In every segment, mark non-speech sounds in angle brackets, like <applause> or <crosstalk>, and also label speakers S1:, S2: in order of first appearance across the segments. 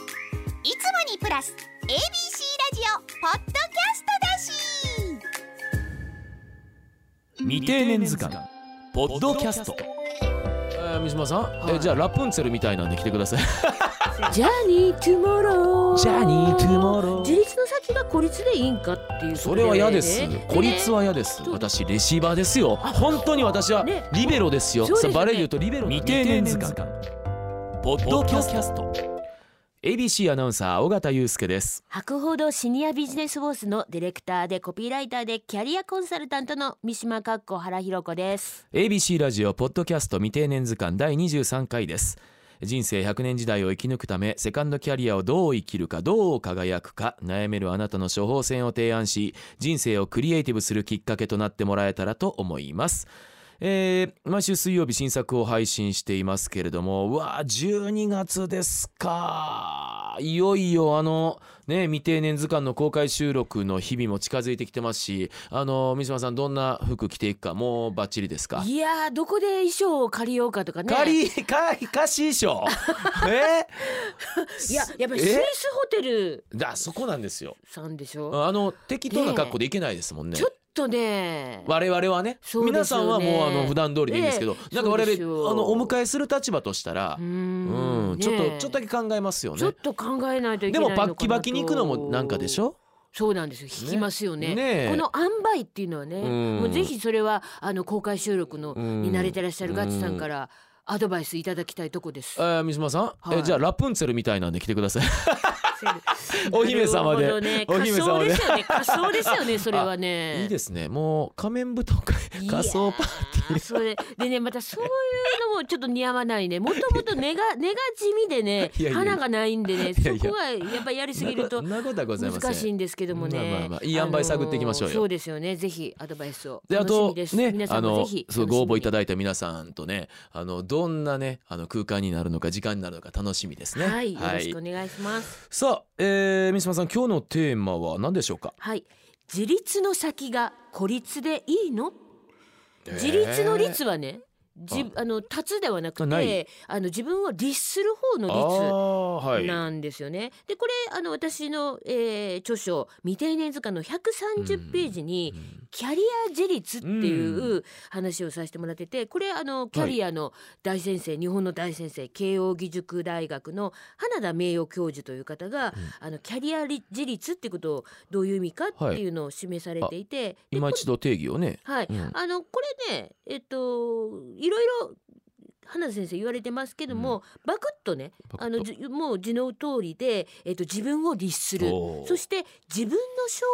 S1: いつもにプラス ABC ラジオポッドキャストだし
S2: 未定年図鑑ポッドキャスト、えー、三島さん、えじゃあラプンツェルみたいなんで来てください
S3: ジャーニー・トゥモロー。
S2: ジャーニートゥモロー
S3: 自立の先が孤立でいいんかっていうこと
S2: そ
S3: だ
S2: れ
S3: よ
S2: は
S3: ね。
S2: 嫌です孤立は嫌です
S3: ね
S2: 私レシーバーですよ本当に私は
S3: ね
S2: リベロですよ
S3: そうです
S2: さ
S3: よ
S2: あ
S3: ね
S2: バレーで言うとリベロ未定年図鑑ポッドキャスト ABC アナウンサー青方祐介です
S3: 博報堂シニアビジネスボースのディレクターでコピーライターでキャリアコンサルタントの三島かっこ原弘子です。
S2: ABC ラジオポッドキャスト未定年図鑑第23回です人生100年時代を生き抜くためセカンドキャリアをどう生きるかどう輝くか悩めるあなたの処方箋を提案し人生をクリエイティブするきっかけとなってもらえたらと思いますえー毎週水曜日新作を配信していますけれどもうわー12月ですかいよいよあのね未定年図鑑の公開収録の日々も近づいてきてますしあの三島さんどんな服着ていくかもうバッチリですか
S3: いやーどこで衣装を借りようかとかね。
S2: 仮か貸し
S3: <laughs>
S2: 衣装え
S3: いややっぱりスイ
S2: え
S3: スホテル
S2: だそこなんですよ
S3: さんでしょ。
S2: あの適当な格好でいけないですもんね
S3: ちょっとね。
S2: 我々はね
S3: そうですよね
S2: 皆さんはもうあの普段通りでいいんですけど、
S3: ね
S2: なんか我
S3: そうですよ
S2: 々あのお迎えする立場としたら
S3: うー
S2: うん
S3: ん
S2: ちょっと
S3: ね
S2: ちょっとだけ考えますよ
S3: ちょっ
S2: ね
S3: と考えないとい
S2: で
S3: けないの
S2: も
S3: かな
S2: バ
S3: と
S2: ッキバキに行くのもなんかでしょ
S3: そうなんですよ引きますよね
S2: ねねえ
S3: この塩梅っていうのはね、
S2: うん
S3: もうぜひそれはあの公開収録の、
S2: うん
S3: に慣れてらっしゃるガッチさんからアドバイスいただきたいとこです <laughs>
S2: え。ー、三島さん、
S3: はい
S2: えじゃあラプンツェルみたいなんで来てくださいお姫様で
S3: なるほどね、
S2: お
S3: 仮
S2: 姫
S3: 装
S2: 様で
S3: ですよね仮装です
S2: <laughs>
S3: よねそれはね。
S2: いいですねもう仮面舞踏会仮装パーティー
S3: ーそれでねまたそういうのもちょっと似合わないねもともと根が根が地味でね
S2: <laughs> いやいや
S3: 花がないんでね
S2: いやいや
S3: そこがやっぱりやりすぎると
S2: そんなことはございません
S3: 難しいんですけどもね、
S2: まあまあまあいい塩梅探っていきましょうよ
S3: あのそうですよねぜひアドバイスを
S2: であ
S3: 楽しみ
S2: と
S3: です
S2: ね
S3: 皆さ
S2: あ
S3: んもぜ
S2: の
S3: ひ
S2: そうご応募いた
S3: だ
S2: だいた皆さんとねあのどんなねあの空間になるのか時間になるのか楽しみですね。
S3: はい、よろしくお願いします
S2: さあ、えー、三島さん今日のテーマは何でしょうか。
S3: はい自立の先が孤立でいいの自立の率はねじあの立つではなく
S2: ない
S3: てあの自分を律する方
S2: あ
S3: の率
S2: ーはい。
S3: なんですよね。でこれあの私の、えー著書「未定年図鑑」の130ページに
S2: うん
S3: キャリア自立っていう話をさせてもらっててこれあのキャリアの大先生、日本の大先生慶應義塾大学の花田名誉教授という方が、あのキャリア自立ってことをどういう意味かっていうのを示されていて、で
S2: 今一度定義をね。
S3: はい、
S2: うん
S3: あのこれねえっといろいろ花田先生言われてますけども、バクッとね
S2: バクッと
S3: あのじもう字の通りで、えっと、自分を律する
S2: おー
S3: そして自分の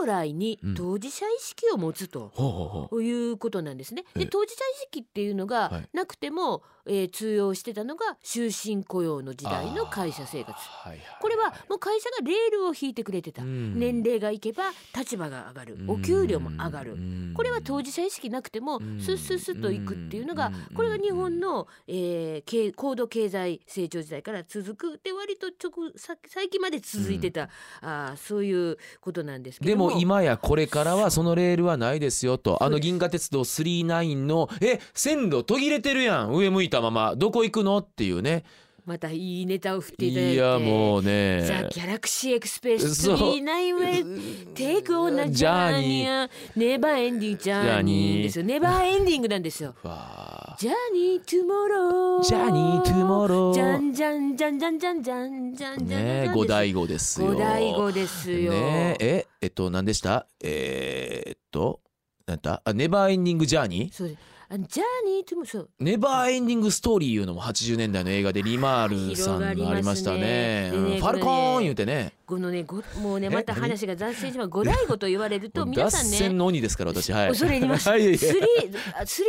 S3: 将来に
S2: うん
S3: 当事者意識を持つと。
S2: ほうほうほう。
S3: いうことなんですね。
S2: ええ
S3: で当事者意識っていうの
S2: は
S3: が
S2: い
S3: なくても、えー通用してたのが終身雇用の時代の会社生活
S2: あ。ーはいはい
S3: これはもう会社がレールを引いてくれてた。年齢がいけば立場が上がる、お給料も上がる。これは当
S2: 時
S3: 事者意識なくても
S2: うん
S3: スッスッスッといくっていうのが
S2: うん
S3: これが日本の、えー経高度経済成長時代から続くで割と直さ最近まで続いてた、あーそういうことなんですけ
S2: で
S3: ども
S2: も今やこれからはそのレールはないですよとあの
S3: そうです
S2: 銀河鉄道39のえ線路途切れてるやん上向いたままどこ行くのっていうね
S3: またいいネタを振っていただいて
S2: いやもう
S3: ザ・
S2: ね
S3: ギャラクシーエクスペース
S2: そう
S3: 39ウェイテイクオンなジャーニーネバーエンディングジャーニーですよネバーエンディングなんですよ
S2: わあ
S3: ジャーニートゥモロー
S2: ジャーニートゥモロー
S3: じゃんじゃんじゃんじゃんじゃんじゃんじゃんじゃん
S2: ね五大五ですよ
S3: 五大五ですよ、
S2: ねええっと何でしたえーっとなんだあネバーエンディングジャーニー
S3: そうですあのジャーニートゥモそう
S2: ネバーエンディングストーリーいうのも80年代の映画でリマールさんがありましたね
S3: 広がりますねで
S2: う
S3: ね
S2: んファルコーン言うてね
S3: このねごもうね
S2: え
S3: また話が脱線します五大五と言われる
S2: も
S3: と
S2: う
S3: 皆
S2: 脱
S3: さん
S2: 線
S3: ね
S2: の鬼ですから私はい
S3: 恐れ入りま
S2: <laughs>
S3: す
S2: はいいやいや
S3: スリーあスリ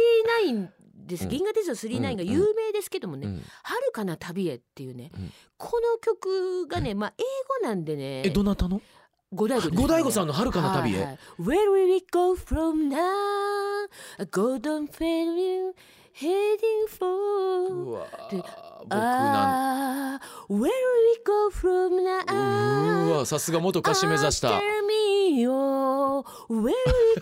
S3: ーナインです銀河鉄道スリーナインが有名ですけどもね、
S2: うん
S3: 遥かな旅へっていうね、
S2: うん
S3: この曲がねまあ英語なんでね
S2: えどなたの
S3: 五大五ですね
S2: 五大悟さんの遥かな旅へ、
S3: はいはい Where will we go from now? A golden fairy heading for
S2: わ
S3: で
S2: 僕なん
S3: Ah, Where will we go from
S2: う
S3: now?
S2: ーわさすが元歌手目指した
S3: After me, oh, where we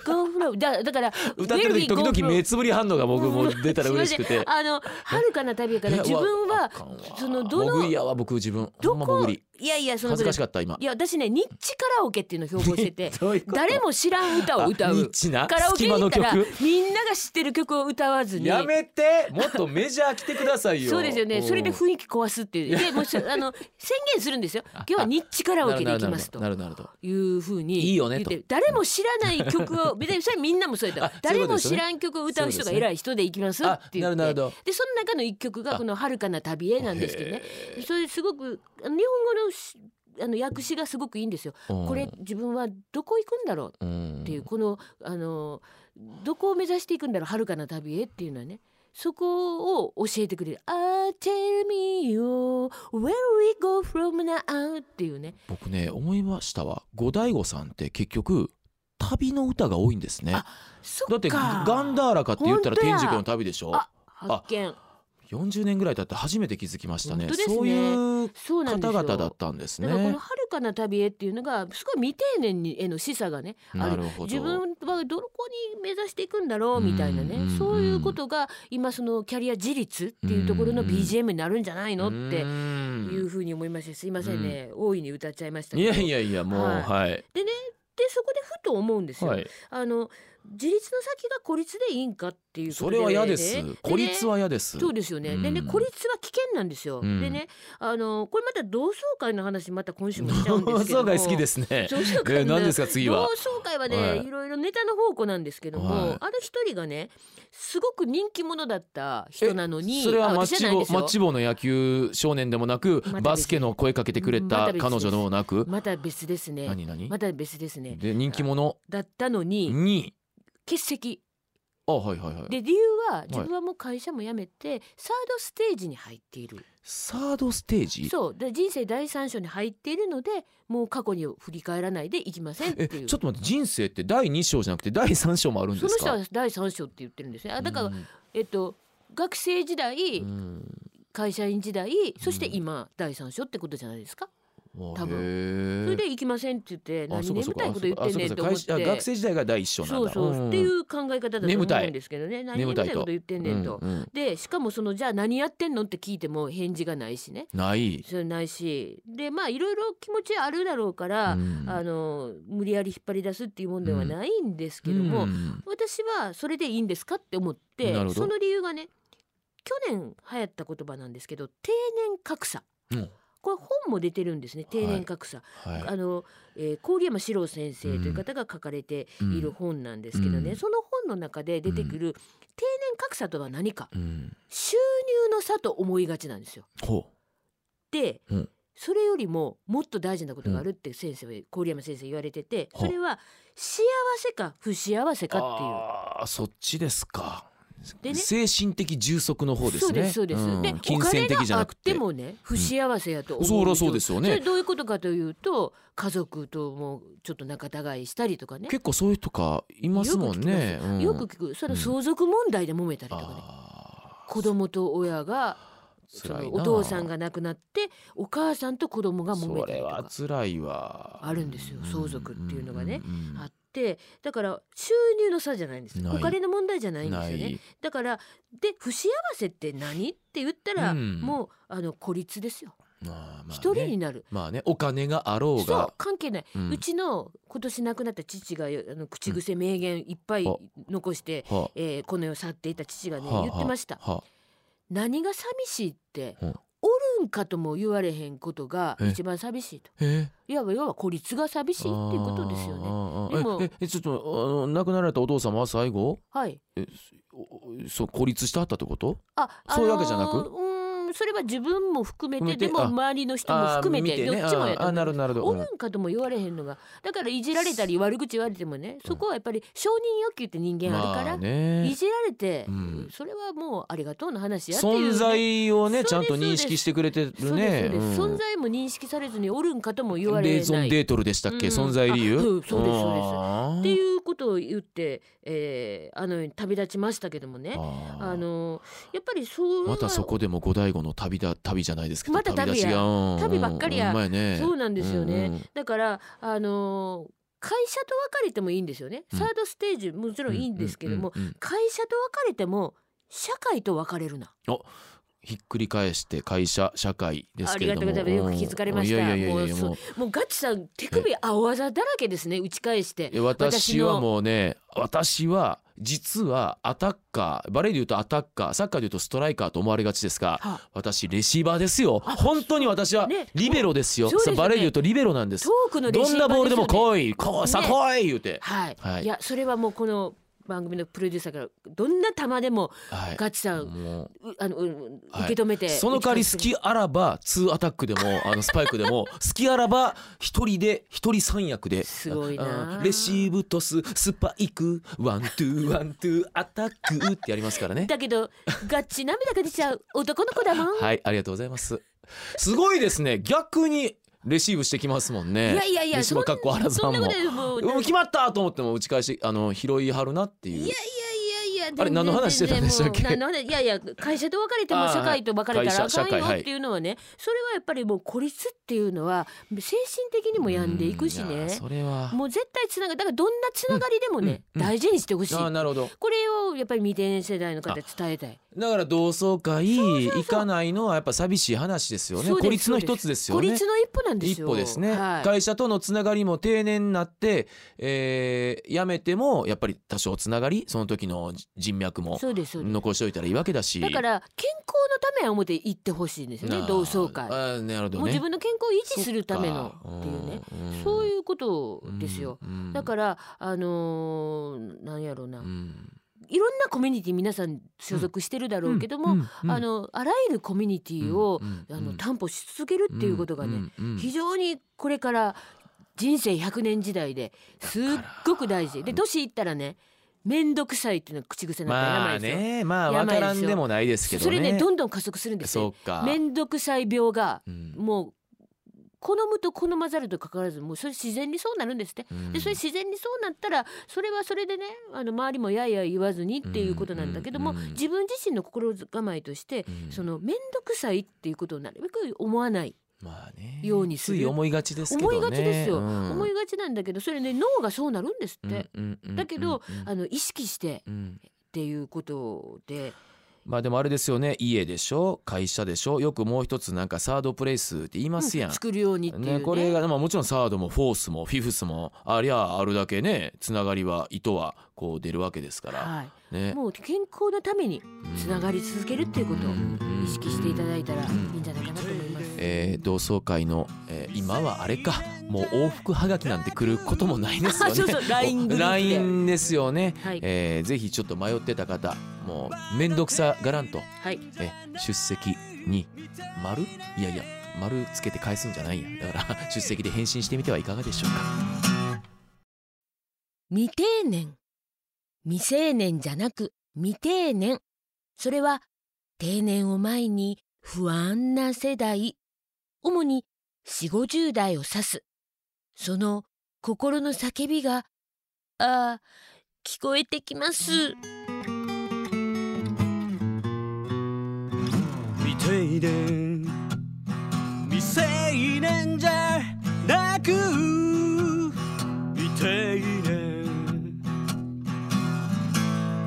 S3: go from だだから
S2: 歌ってる時
S3: where we go
S2: 時々
S3: from-
S2: 目つぶり反応が僕も出たら嬉しく
S3: <laughs> すい
S2: て
S3: ませんあの遥かな旅やから
S2: え
S3: 自分
S2: わわ
S3: は
S2: かんわ
S3: そのどの
S2: 潜りやわ僕自分
S3: ど
S2: ほんま
S3: こ
S2: 潜り
S3: いやいやその
S2: 恥
S3: ぐ
S2: ずかしか
S3: らい
S2: った今
S3: いや私ねニッチカラオケっていうのを標榜してて
S2: どういうこと
S3: 誰も知らん歌を歌
S2: あニッ
S3: う
S2: チな
S3: カラオケ
S2: 隙
S3: に
S2: 間
S3: 行
S2: の
S3: ったら
S2: 曲
S3: みんなが知ってる曲を歌わずに
S2: やめてもっとメジャー来てくださいよ
S3: そうですよね
S2: ん
S3: それで雰囲気壊すって
S2: <laughs>
S3: いうでもうそあの宣言するんですよ今日はニッチカラオケで行きますと
S2: なるほどなるほど
S3: いうふうに
S2: いいよねと
S3: 言って誰も知らない曲を別にそれみんなもそうやっ
S2: <laughs>
S3: た
S2: あ
S3: わ
S2: そうい
S3: 誰
S2: うこと
S3: も
S2: ですよね
S3: 知らん曲を歌う人が偉い人で行きますって言
S2: あ
S3: って
S2: なるほど
S3: でその中の一曲がこの「遥かな旅へ」なんですけどねそれすごくあの日本語のしあの訳詞がすごくいいんですよ。これ自分はどこ行くんだろう
S2: っ
S3: っていうこのあのどこを目指していくんだろう遥かな旅へっていうのはねそこを教えてくれる「Ah tell me you where we go from now」っていうね
S2: 僕ね思いましたわ五醍醐さんって結局旅の歌が多いんですね
S3: あそっか
S2: だってガンダーラかって言ったら
S3: 本当や
S2: 天竺の旅でしょ
S3: あ発見
S2: 40年ぐらい経って初めて気づきましたね
S3: 本当ですね
S2: そういう
S3: そうなんです
S2: 方
S3: よ
S2: 々だったんです
S3: だからこ
S2: ね
S3: の「遥かな旅へ」っていうのがすごい未定年にへの示唆がねあ
S2: なる
S3: る
S2: ほど
S3: 自分はどこに目指していくんだろうみたいな
S2: うんうんう
S3: ね
S2: ん
S3: そういうことが今そのキャリア自立っていうところの
S2: うんうん
S3: BGM になるんじゃないのってい
S2: いう
S3: ふうに思いましたすいませんね、大いに歌っちゃいましたけ
S2: い
S3: ど
S2: やいやいやもう
S3: はい
S2: はい
S3: でねでそこでふと思うんですよ、
S2: はい
S3: あの自立の先が孤立でいいんかっていうこと
S2: それは嫌です
S3: ねね
S2: 孤立は嫌です
S3: そうですよね。でね、
S2: うん
S3: 孤立は危険なんですよ。
S2: うん
S3: でね、あのこれまた同窓会の話また今週もしちゃうんで
S2: 同
S3: すけど
S2: 窓
S3: も。
S2: 会好きですね
S3: 同窓
S2: え
S3: 会の
S2: 何ですか次は
S3: 同窓会はね、
S2: はい
S3: い、ろいろネタの宝庫なんですけども、
S2: はい
S3: ある一人がねすごく人気者だった人なのに
S2: それは
S3: あ
S2: マッ
S3: 私じ
S2: チ
S3: ゃない
S2: 棒
S3: です
S2: マ
S3: よ
S2: ッチ棒の野球少年でもなく
S3: また別に
S2: バスケの声かけてくれ
S3: ま
S2: た
S3: た別です
S2: 彼女でもなく
S3: また別ですね
S2: 何何
S3: また別ですね
S2: で人気者
S3: だったのに
S2: に
S3: 欠席
S2: あはいはいはい
S3: で理由は自分はもう会社も辞めて、サードステージに入っている
S2: サードステージ
S3: そうで人生第三章に入っているのでもう過去に振り返らないでいきませんって
S2: え
S3: いう
S2: ちょっと待って人生って第2章じゃなくて第3章もあるんで
S3: その
S2: す
S3: 人
S2: か
S3: は第三章って言ってるんですねあだから、
S2: うん
S3: えっと学生時代、
S2: うん
S3: 会社員時代そして今、第三章ってことじゃないですか多分
S2: 分
S3: それで行きませんって言って
S2: あ
S3: 何
S2: そうかそ
S3: 眠
S2: うか
S3: たいこと言ってんねんって思って
S2: あそうかそうか会社あ学生時代が第一章なん
S3: そう
S2: だ
S3: そうっていう考え方だと思
S2: 眠たい
S3: うんですけどね何
S2: 眠
S3: 眠
S2: たい
S3: たい
S2: と
S3: こと言ってんねんと。
S2: うんうん
S3: でしかもそのじゃあ何やってんのって聞いても返事がないしね
S2: ない
S3: それないしでまあいろいろ気持ちあるだろうから、
S2: うん
S3: あの無理やり引っ張り出すっていうもんではないんですけども、
S2: うん
S3: 私はそれでいいんですかって思っ
S2: なる
S3: て
S2: ほど
S3: その理由がね去年流行った言葉なんですけど定年格差
S2: うん
S3: これ本も出てるんですね定年格差、
S2: はい
S3: あの、えー郡山史郎先生という方が書かれている本なんですけどね、
S2: うん
S3: その本の中で出てくる定年格差とは何か
S2: うん
S3: 収入の差と思いがちなんですよ。
S2: ほ
S3: で、
S2: うん
S3: それよりももっと大事なことがあるって先生は、郡山先生言われてて
S2: は
S3: それは幸せか不幸せ
S2: う
S3: かっていう。
S2: あーそっちですか
S3: でね
S2: 精神的充足の方ですね
S3: そうですそうです。
S2: うん
S3: で
S2: 金銭的じゃなくて
S3: お金があってもね不幸せやと思う、
S2: そらそうですよね
S3: それどういうことかというと家族ともちょっと仲違いしたりとかね。
S2: 結構そういう人かいますもんねうん
S3: よく聞くその相続問題で揉めたりとかね、
S2: あー
S3: 子供と親がそ
S2: 辛い
S3: の
S2: な
S3: お父さんが亡くなってお母さんと子供が揉め
S2: そ
S3: たり
S2: れ
S3: と
S2: は
S3: か
S2: 辛いわ
S3: あるんですよ相続っていうのがね
S2: うんうんうん
S3: あってだから収入の差じゃないんです
S2: ない
S3: お金の問題じゃないんですよ
S2: な
S3: ね
S2: い
S3: だからで不幸せって何って言ったら、
S2: うん
S3: もうあの孤立ですよ
S2: まあまあね
S3: 一、人になる
S2: まあねお金があろう
S3: そう
S2: が
S3: 関係ない、
S2: う
S3: うんちの今年亡くなった父があの口癖名言いっぱい
S2: あ
S3: 残して、
S2: は
S3: えーこの世を去っていた父がね、
S2: はあ
S3: 言ってました
S2: は
S3: 何が寂しいって、
S2: うん
S3: おるんかとも言われへんことが
S2: え
S3: 一番寂しいと
S2: あえ
S3: いわば要は孤立が寂しいっていうことですよねで
S2: よ
S3: も
S2: えええちょっとあの亡くなられたお父様は最後
S3: はい
S2: おおそう孤立してはったってこと
S3: あ
S2: そういうわけじゃなく
S3: あのーうーんそれは自分も含めて
S2: 含めて
S3: でも
S2: あ
S3: 周りの人も含めて
S2: あー見ね
S3: どっちもやと
S2: あー
S3: 思
S2: あ
S3: う
S2: なるほどなるほど
S3: おるんかとも言われへんのがだからいじられたり悪口言われてもねそこはやっぱり承認欲求って人間あるから、
S2: まあね
S3: いじられて、
S2: うん
S3: それはもうありがとうの話やっていうね、
S2: 存在をねちゃんと
S3: そうですそう
S2: 認
S3: です
S2: 識してくれて
S3: そ
S2: る
S3: う
S2: ね
S3: ですそうです
S2: うん
S3: 存在も認識されずにおるんかとも言われ
S2: レーゾ
S3: な
S2: ン
S3: い
S2: デートルでしたっけ、
S3: うん
S2: 存在理由
S3: あうんそうですそうです
S2: あー
S3: っていうことを言って、えーあのように旅立ちましたけどもね
S2: あー
S3: あのやっぱりそう
S2: またそこでも五醍醐の旅だ旅じゃないですけど
S3: また旅や
S2: 立ちがうん
S3: 旅ばっかりや
S2: うんうまいね
S3: そうなんですよね、
S2: うん
S3: だからあの会社と別れてもいいんですよね、
S2: うん
S3: サードステージもちろんいいんですけども、
S2: うんうんうんうん
S3: 会社と別れても社会と別れるな
S2: ひっくり返して会社社会ですけれども
S3: ありがとうございますよく気づかれました
S2: うんいやいやいやいや
S3: もうそう
S2: もう
S3: もうガチさん手首青あざだらけですね打ち返して
S2: え私は
S3: の
S2: もうね私は実はアタッカーバレーで言うとアタッカーサッカーで言うとストライカーと思われがちですが
S3: は
S2: 私レシーバーですよ本当に私は
S3: ね
S2: リベロですよ,
S3: そ
S2: さ、
S3: うですよね
S2: バレーで言うとリベロなんです
S3: トークのレ
S2: ど
S3: シ
S2: ん
S3: ーバ
S2: な
S3: ー
S2: ボールでも
S3: すよね
S2: 来い、こうさ
S3: ね
S2: 来い言うて、
S3: はい、
S2: はい
S3: い、やそれはもうこの番組のプロデューサーからどんな球でも
S2: はい
S3: ガチさん、
S2: もう
S3: うあのうん
S2: はい
S3: 受け止めて、
S2: その代わり好きあらば2アタックでも
S3: <laughs>
S2: あのスパイクでも好きあらば一人で一人三役です
S3: ごいな
S2: うんレシーブトススパイクワントゥーワントゥーアタックってやりますからね
S3: だけどガチ涙が出ちゃう男の子だもん、
S2: はいありがとうございますすごいですね逆にレシーブしてきますもんね
S3: いやいやいや
S2: レシーブかっこ原さ
S3: そ
S2: ん
S3: んな
S2: も
S3: ことでもう
S2: もう決まったと思っても打ち返しあの拾いはるなっていう
S3: いやいや
S2: あれ何の話してたんでしたっけ
S3: 全然もう何の話いやいや会社と別れて
S2: あ
S3: も
S2: ー
S3: 社会と別れた
S2: 会
S3: らあ
S2: 社
S3: かん
S2: 社会は
S3: よ
S2: い
S3: っていうのはねそれはやっぱりもう孤立っていうのは精神的にも病んでいくし
S2: うんや
S3: ね
S2: それは
S3: もう絶対つながだからどんなつながりでもね
S2: うんうん
S3: 大事にしてほしい
S2: ああなるほど
S3: これをやっぱり未定年世代の方に伝えたい
S2: だから同窓会行かないのはやっぱ寂しい話ですよね
S3: そうです
S2: 孤立の一つですよ
S3: 孤
S2: ね
S3: 立の一歩なんです
S2: 一
S3: よ
S2: 歩ですね、
S3: はい
S2: 会社とのつながりも定年になって、えー辞めてもやっぱり多少つながりその時の人脈も
S3: そうですそうです
S2: 残しておいたらいいわけだし
S3: だから健康のためは思って行ってほしいんですよ
S2: な
S3: ね
S2: あ
S3: 同窓会
S2: あーなるほどね
S3: もう自分の健康を維持するためのっていうねそう
S2: う
S3: いうこと
S2: ん
S3: ですよ。、
S2: うん
S3: だからあのーなんやろうな、
S2: うん
S3: いろんなコミュニティ皆さん所属してるだろうけども、
S2: うんうん
S3: あのあらゆるコミュニティを、
S2: うん
S3: あの担保し続けるっていうことがね、
S2: うんうん
S3: 非常にこれから人生100年時代ですっごく大事で年いったらね面倒くさいっていうのは口癖な
S2: まあ
S3: んだ病ですよ、
S2: ねまあわ
S3: 病
S2: か
S3: ですよ
S2: らんでもないですけどね
S3: それねどんどん加速するんです
S2: そ
S3: よ
S2: うか
S3: 面倒くさい病が
S2: うん
S3: もう好むと好まざるとかかわらずもうそれ自然にそうなるんですって
S2: うん
S3: でそれ自然にそうなったらそれはそれでねあの周りもやいやい言わずにっていうことなんだけども、
S2: うんうんうん
S3: 自分自身の心構えとして、
S2: うん
S3: その面倒くさいっていうことをなるべく思わない
S2: まあね
S3: ようにする
S2: つい思いがちですけど
S3: 思
S2: ね
S3: いがちですよ、
S2: うん
S3: 思いがちなんだけどそれね脳がそうなるんですって、
S2: うんうんうんうん
S3: だけど、あの意識して
S2: うん
S3: っていうことで
S2: まあでもあれですよね家でしょ会社でしょよくもう一つなんかサードプレイスって言いますやん、
S3: 作るようにっていうね
S2: ね、これが、まあ、もちろんサードもフォースもフィフスもありゃあるだけねつながりは糸はこう出るわけですから、
S3: は
S2: ね
S3: い、もう健康のためにつながり続けるっていうことを
S2: うん
S3: 意識していただいたらいいんじゃないかなと思います。
S2: えー同窓会の、えー今はあれかもう往復はがきなんて来ることも
S3: <laughs>
S2: ないですよね
S3: そうそう LINE グループで
S2: LINE ですよね、
S3: はい
S2: えーぜひちょっと迷ってた方もう面倒くさがらんと
S3: はい
S2: え出席に丸いやいや丸つけて返すんじゃないやだから <laughs> 出席で返信してみてはいかがでしょうか
S3: 未定年未成年じゃなく未定年それは定年を前に不安な世代主に4 5 0代を指すその心の叫びがああ聞こえてきます
S4: 未定年未成年じゃなく未定年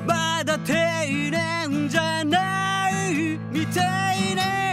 S4: まだ定年じゃない未定年